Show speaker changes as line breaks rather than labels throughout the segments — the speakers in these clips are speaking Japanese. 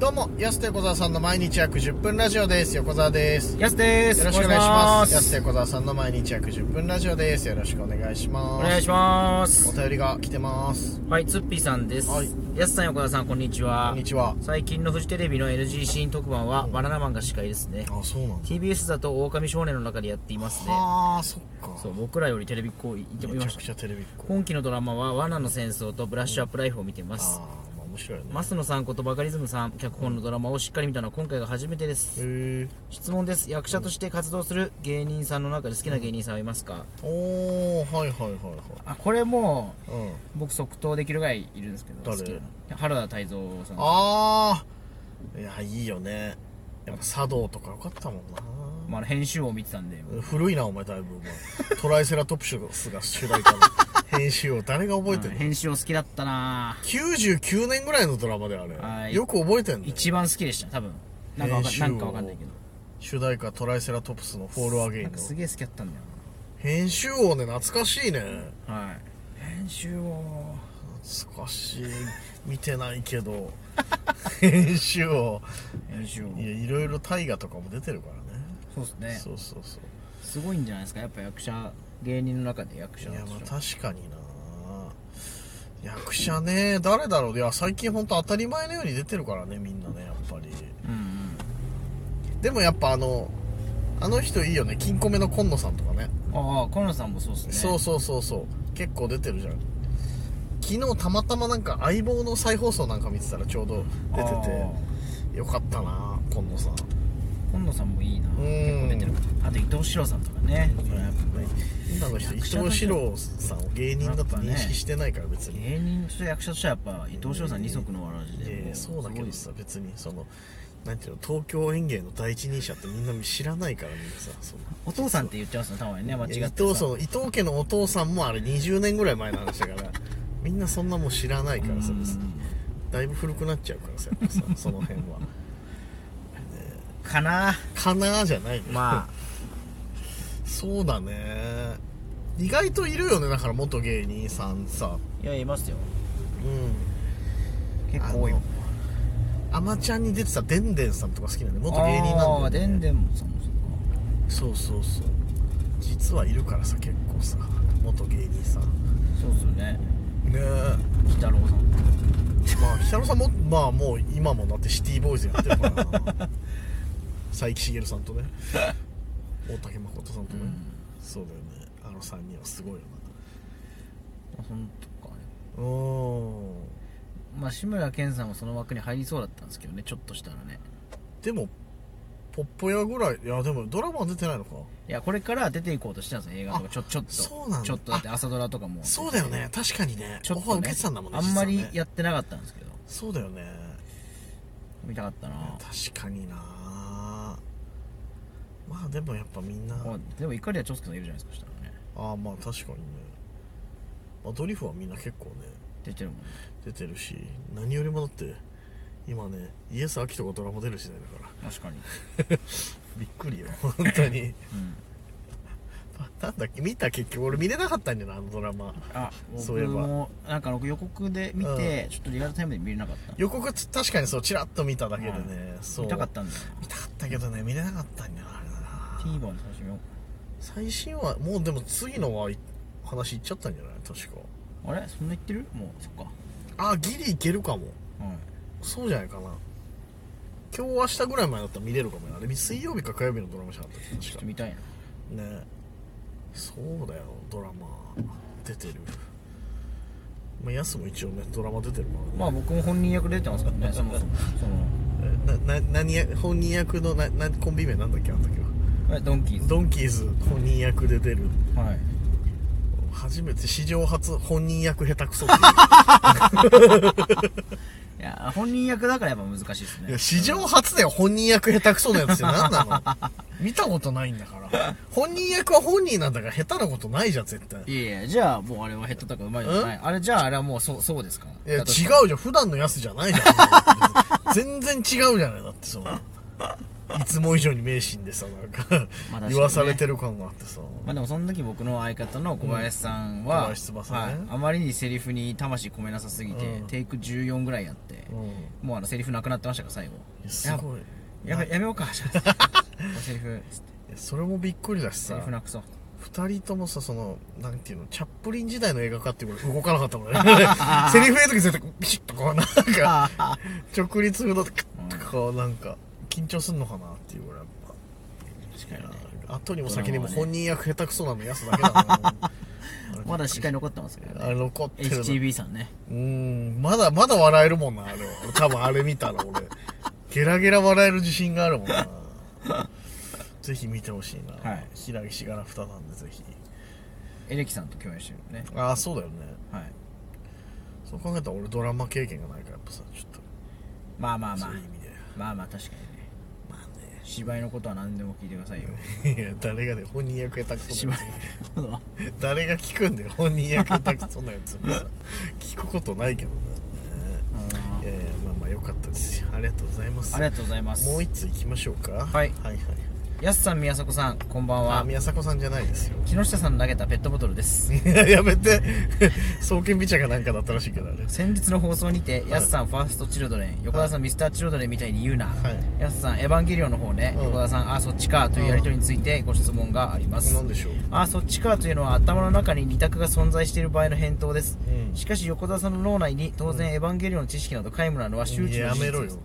どうも、安手小沢さんの毎日約10分ラジオです。横澤です。
やすです。
よろしくお願いします。安手
お
小沢さんの毎日約10分ラジオです。よろしくお願いします。
願いしま
お
す。
便りが来てます。
はい、ツッピーさんです。
はい
やすさん、横田さん、こんにち
こ
は。
んにちは。
最近のフジテレビの NG シーン特番は、バナナマンが司会ですね。
あ、そうなんだ。
TBS だと、狼少年の中でやっていますね。
あー、そっか。
そう、僕らよりテレビっ子いて
めち
ま
ゃ
し
く
た。
ちゃテレビっ子。
今期のドラマは、罠の戦争とブラッシュアップライフを見てま
あ
す。
ー、まあ面白いよね。
マスノさんことバカリズムさん、脚本のドラマをしっかり見たのは今回が初めてです。
へ
質問です。役者として活動する芸人さんの中で好きな芸人さんはいますか
ー。おー、はいはいはい
あ、これもう、
はい。うん。
僕即答できるぐらいいるんですけど
誰
好きなの原田泰造さん
あー。いや、いいよね。やっぱ茶道とかよかったもんな。
まあ、編集を見てたんで
古いなお前だいぶお前トライセラトプスが主題歌の編集を誰が覚えてるの
編集を好きだったなぁ
99年ぐらいのドラマであ
は
れ
い
よく覚えてんの
一番好きでした多分なんかわか
編
ん
集王
なんかわかんないけど
主題歌トライセラトプスの「フォールアゲインの
なんかすげえ好きだったんだよ
編集王ね懐かしいね
なはい編集を
懐かしい見てないけど編集王
編集を
いやいろいろ大河とかも出てるから
そうです
ね
ね
そうそうそう
すごいんじゃないですかやっぱ役者芸人の中で役者
いやまあ
でしょ
確かにな役者ね誰だろういや最近ほんと当たり前のように出てるからねみんなねやっぱり
うんうん
でもやっぱあのあの人いいよね金庫目の今野さんとかね
ああ河野さんもそうっすね
そうそうそうそう結構出てるじゃん昨日たまたまなんか相棒の再放送なんか見てたらちょうど出て
あ
てよかったな今野さん
今野さんもいいな
ん
結構出てるあと伊藤史郎さんとかねやっぱり
今の人伊藤四郎さんを芸人だと認識してないから別に、
芸人と役者としてはやっぱ伊藤翔さん二足のわらじ
いや
で
い
も
やそうだけど
す
さ別にそのなんていうの東京園芸の第一人者ってみんな知らないからみんなさその
ごいお父さんって言っちゃうんですよたまにね間違って
伊
さ
藤その伊藤家のお父さんもあれ20年ぐらい前の話だからみんなそんなもん知らないからさ
うん
別にだいぶ古くなっちゃうからさやっ ぱさその辺は
かな
かなーじゃないのよ
ま
そうだね意外といるよねだから元芸人さんさ
あいやいますよ
うん
結構多いもん
あまちゃんに出てたでんでんさんとか好きなんで元芸人
あ
な
あ
ん
ー
で、
で
ね、
んでんもさんもそうか
そうそうそう実はいるからさ結構さ元芸人さん
そうっすよね
ねえ
鬼太郎さん
まあ北野さんもまあもう今もだってシティボーイズやってるから な佐伯茂さんとね大竹誠さんとね、そうだよねあの3人はすごいよ
あそんとかね
なうん
まあ志村けんさんもその枠に入りそうだったんですけどねちょっとしたらね
でもポッポ屋ぐらいいやでもドラマは出てないのか
いやこれから出ていこうとしてたんですよ映画とか
あ
ちょちょっと
そうなんだ
ちょっとだって朝ドラとかも
そうだよね確かにね
ちょ
オ
っ
ファ
と、
ー
ね
受けてたんだもんね
あんま
実
り
はね
やってなかったんですけど
そうだよね
見たかったな
確かになまあでもやっぱみんな
まあでも怒りは長介さんいるじゃないですかそしたらね
ああまあ確かにね、まあ、ドリフはみんな結構ね
出てるもんね
出てるし何よりもだって今ねイエス・アキトがドラマ出る時代だから
確かに
びっくりよ 本当に
うん
あなんだっけ見た結局俺見れなかったんだよなあのドラマ
あ
そういえ
僕
ば
もなんか僕予告で見て、ちょっとリアルタイムで見れなかった
予告つ確かにそうチラッと見ただけでね、
うん
そう
見たかったんだよ
見たかったけどね見れなかったんだよなあれな
TVer で楽しみよ
最新話もうでも次のはい話いっちゃったんじゃない確か
うあれそんな言ってるもうそっか
あギリいけるかも
はい
そうじゃないかな今日明日ぐらい前だったら見れるかもねあれ水曜日か火曜日のドラマじゃなかったっけ
ちょっ
確
と
か
見たいな
ねそうだよドラマ出てるまあヤスも一応ねドラマ出てるから
まあ僕も本人役で出てますから ねそもそもその
ねえなな何や本人役のななコンビ名なんだっけあの時は
えドンキーズ
ドンキーズ本人役で出る
はい
初めて史上初本人役下手くそっ ていう
いや本人役だからやっぱ難しいです
い
ね
や史上初だよ本人役下手くそなやつって何なの見たことないんだから本人役は本人なんだから下手なことないじゃん絶対
いやいやじゃあもうあれはヘッドタックうまいじゃないあれじゃああれはもうそうそうですか
いや違
だ
う
と
じ
したら
ゃん普段のやつじゃないじゃん全然違うじゃないだってそのいつも以上に迷信でさなんか
まあ確かにね
言わされてる感があってさ、
まあでもその時僕の相方の小林さ
う
ん
ん小
は、
林翼ね
はい、あまりにセリフに魂込めなさすぎて、
うん
テイク14ぐらいやって、
う
もうあのセリフなくなってましたから最後
ん、すごい
やばいやめようかじゃ あもうセリフ
それもびっくりだし
セ
さ
リフなくそう
二人ともさそのなんていうのチャップリン時代の映画化っていうこと動かなかった もんねセリフ言う時絶対ビシッとこうなんか
ああ
直立するのとカッとこうなんか緊張すんのかなっていうぐらいやっぱ
確かにね
後にも先にも
ドラマは
本人役下手くそなのやすだけ だな
まだしっかり残ってますけど
あ
ね
れ残ってるな
HTB さんね
うーんまだまだ笑えるもんなあれは多分あれ見たら俺ゲラゲラ笑える自信があるもんなぜひ見てほしいな、
はい
平岸しがらふたなんでぜひ
エレキさんと共演してるね
ああそうだよね
はい
そう考えたら俺ドラマ経験がないからやっぱさちょっと
まあまあま
そ
あ
ういう意味で
まあまあ確かにね
まあね
芝居のことは何でも聞いてくださいよ
いや誰がね本人役下手くそなや
ま
つ誰が聞くんだよ本人役下手くそなやつもさ聞くことないけどね
あ
いやいやまあまあよかったですよありがとうございます
ありがとうございます
もう一つ行きましょうか
はい
はいはい
やすさん宮迫さんこんばん
あ
は
宮迫さんじゃないですよ
木下さんの投げたペットボトルです
いややめて 双剣美茶かなんかだったらしいけどあれ
先日の放送にて、やすさんファーストチルドレン横田さんミスターチルドレンみたいに言うな、
はい
やすさんエヴァンゲリオンの方ね、
うん
横田さんあそっちかというやり取りについてご質問があります、
何でしょう
あそっちかというのは頭の中に二択が存在している場合の返答です、
うん
しかし横田さんの脳内に当然エヴァンゲリオンの知識など皆無なのは周知の
や
事
め
実
ろよ
です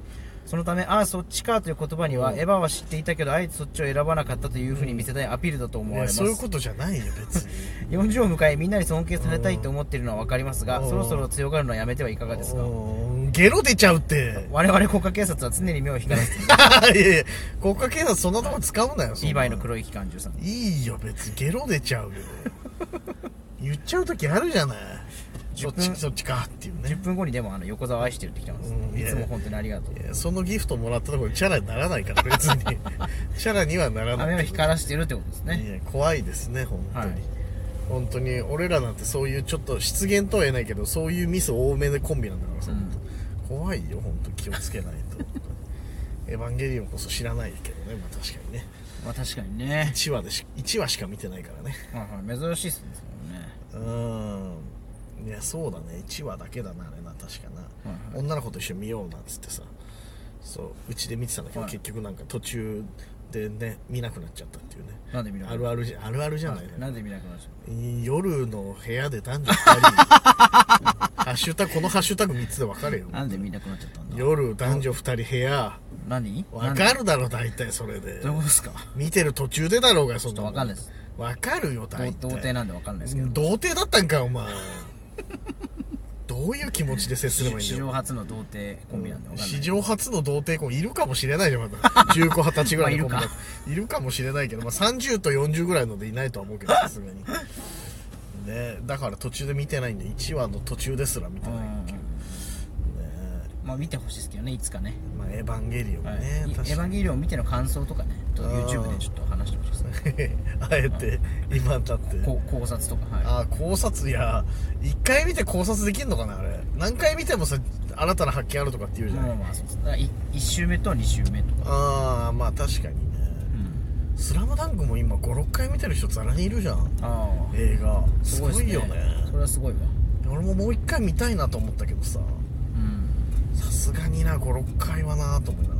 そのためあそっちかという言葉には、
うん
エヴァは知っていたけどあえてそっちを選ばなかったというふうに見せたいアピールだと思
い
わ
や
れます
そういうことじゃないよ 別に
40を迎えみんなに尊敬されたいと思っているのは分かりますが、
うん
そろそろ強がるのはやめてはいかがですか
うーんゲロ出ちゃうって
我々国家警察は常に目を光らせている
いやいや国家警察そんなとこ使うなよそんな
リヴァイの黒い機関銃さん
いいよ別にゲロ出ちゃうよ 言っちゃう時あるじゃないそ
10
っ
分
ちそっちかっていうね
10分後にでもあの横澤を愛してるって来てます、
うん
いつも本当にありがとう
いやそのギフトもらったところでチャラにならないから別に チャラにはならない
目を光らせてるってことですね
いや怖いですね本当に、
はい
本当に俺らなんてそういうちょっと失言とは言えないけどそういうミス多めでコンビなんだからさ、
うん
本当怖いよ本当気をつけないと エヴァンゲリオンこそ知らないけどね、まあ、確かにね
まあ確かにね、
1話でし1話しか見てないからね
はいはい、珍しいですもんね
うーんいやそうだね1話だけだなあれな確かな、
はいはい
女の子と一緒に見ようなんつってさそううちで見てたんだけど、
はい
結局なんか途中でね見なくなっちゃったっていうね
なんで見なく
あ
なっち
るあるじ
ゃ
ゃあるあるじゃ
う
ない、ね
なんで見なくなっちゃ
夜の部屋で男女2人 ハッシュタグこのハッシュタグ3つで分かれよ
うなんで見なくなっちゃったんだ
夜男女2人部屋
何
分
なん
か
で
るだろ大体それで
どういうことですか
見てる途中でだろうがそんなも
わかんないです
分かるよ大体
童童貞なんでわかんないですけど
童貞だったんかお前どういう気持ちで接すればいい
史
んだ
上
よ
初の童貞コンビなんでわかんない
史上初の童貞婚いるかもしれないじゃんまだ 19、20歳ぐらいの子
まあい
だ
る
いるかもしれないけど、まあ、30と40ぐらいのでいないとは思うけどさす がにねだから途中で見てないんで1話の途中ですら見て
う
ないね
んまあ見てほしいですけどねいつかね
まあエヴァンゲリオンね、
はい、エ
確
ヴ
かに
ァンゲリオン見ての感想とかねと
あー
YouTube でちょっと話してほしいです ね
あえて今だって
こ考察とかは
ああ考察いや1回見て考察できんのかなあれ何回見てもさ新たな発見あるとかって言う
い
じゃ
まあ
ない、
まあまあそうですだからい1周目と2周目とか、
ああまあ確かにね「
うん、
スラムダンクも今56回見てる人ざらにいるじゃん
ああ
映画す
す
ご
ごい
い,、
です
よ
ね
ね
それはすごいわ
俺ももう一回見たいなと思ったけどさ
うん
さすがにな56回はなと思いなが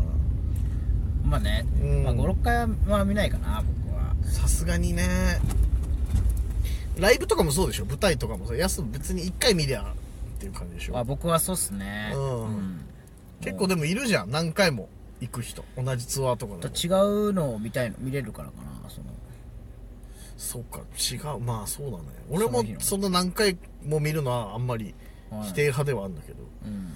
まあね、
うん
まあ、56回は見ないかな僕は
らさすがにねライブとかもそうでしょ舞台とかもさやす別に一回見りゃっていう感じでし
まあ
ょ
僕はそうっすね
うん結構でもいるじゃん何回も行く人同じツアーとか
と
でも
違うのを見たいの見れるからかなその
そうか違うまあそうだね俺も
その日の
そんな何回も見るのはあんまり
はい
否定派ではあるんだけど、
うん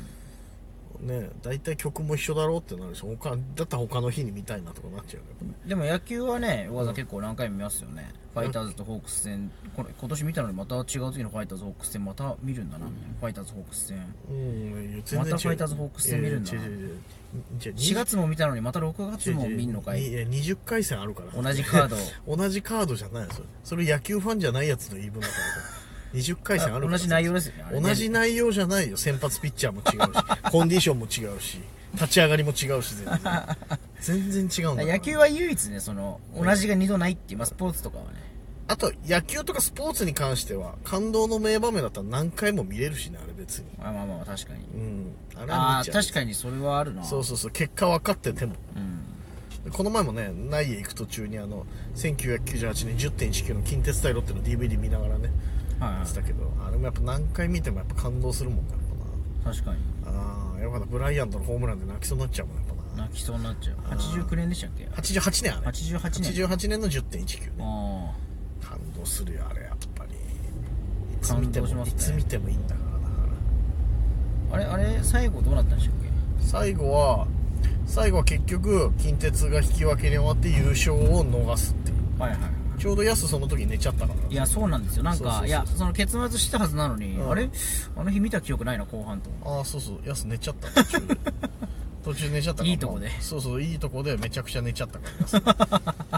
ね大体曲も一緒だろうってなるし他だったら他の日に見たいなとかなっちゃうよね
でも野球はね、小川さん結構何回も見ますよね。ファイターズとホークス戦、これ今年見たのにまた違う時のファイターズ、ホークス戦、また見るんだな、ファイターズ、ホークス戦。
うん全然違う
またファイターズフォークス戦見るんだない
やいや違う違う違うじゃあ
4月も見たのにまた6月も見んのか
い
い
や20回戦あるから
同じカードを。
同じカードじゃないそれそれ野球ファンじゃないやつの言い分だから20回戦あるから
同じ内容ですよねあれね
同じ内容じゃないよ先発ピッチャーも違うし コンディションも違うし立ち上がりも違うし全然全然違うんだから
野球は唯一ねその同じが二度ないっていう、まあ、スポーツとかはね
あと野球とかスポーツに関しては感動の名場面だったら何回も見れるしねあれ別に
まあまあまあ確かに
うんあれは
あ
見
あ
ちゃう
確かにそれはあるな
そうそうそう結果分かってても
うん
この前もね内へ行く途中にあの1998年10.19の近鉄対ロッテの DVD 見ながらね
はい、は
やってたけどあれもやっぱ何回見てもやっぱ感動するもんなやっ
い、確かに
ぱなああやっぱなブライアントのホームランで泣きそうになっちゃうもんやっぱな
泣きそうになっちゃう89年でしたっけ
88年あれ
88年
88年の10.19ね
あ
感動するよあれやっぱりいつ見ても、
感動しま
い
す
つ
ね
見てもいいんだからな
ああれあれ最後どうなったんでしたっけ
最後は最後は結局近鉄が引き分けに終わって優勝を逃すっていう
はいはいはい
ちょうどヤスその時寝ちゃったから
いやそうなんですよなんか
そうそうそう
いやその結末したはずなのに、
うん
あれあの日見た記憶ないな後半と思って
ああそうそうヤス寝ちゃった途中で途中寝ちゃったから
いいとこで
まあそうそういいとこでめちゃくちゃ寝ちゃったからヤ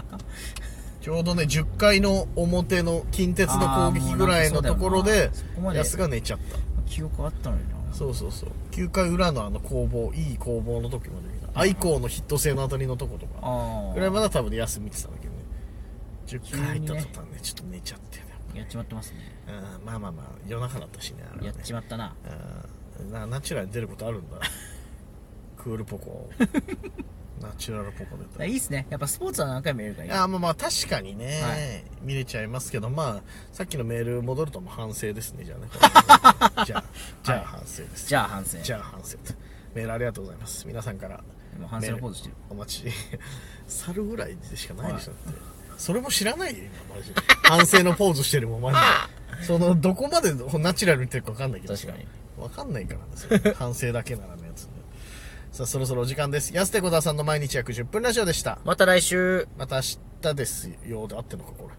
ス ちょうどね10回の表の近鉄の攻撃ぐらいのところで
あーもうなんかそうだよなそこまで
ヤスが寝ちゃった
記憶あったのにな
そうそうそう9回裏のあの攻防いい攻防の時まで見た愛子のヒット性の当たりのとことか
あ
ぐらい
あ
まだ多分ね休みてたんだけどね10回入った
急にね
途端ねちょっと寝ちゃってね
やっちまってますね
うんまあまあまあ夜中だったしねあれ
やっ
はね
ちまったな
うんなナチュラルに出ることあるんだクールポコ ナチュラルポコ出
だか
た
らいいっすねやっぱスポーツは何回もやるからいい
あーまあまあ確かにね、
はい
見れちゃいますけどまあさっきのメール戻るともう反省ですねじゃあ ねじゃあじゃあ反省です、
じゃあ反省
じゃあ反省とメールありがとうございます皆さんから
今反省のポーズしてる
お待ち 猿ぐらいでしかないでしょ、だってそれも知らないよ今マジで反省のポーズしてるもんマジ でそのどこまでナチュラルに言ってるか分かんないけど
確かに
分かんないからねそれ反省だけならのやつねさあそろそろお時間です安手小沢さんの毎日約10分ラジオでした
また来週
また明日ですよで合ってんのかこれ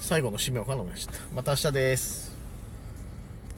最後の締め分かんなくなっちゃったまた明日です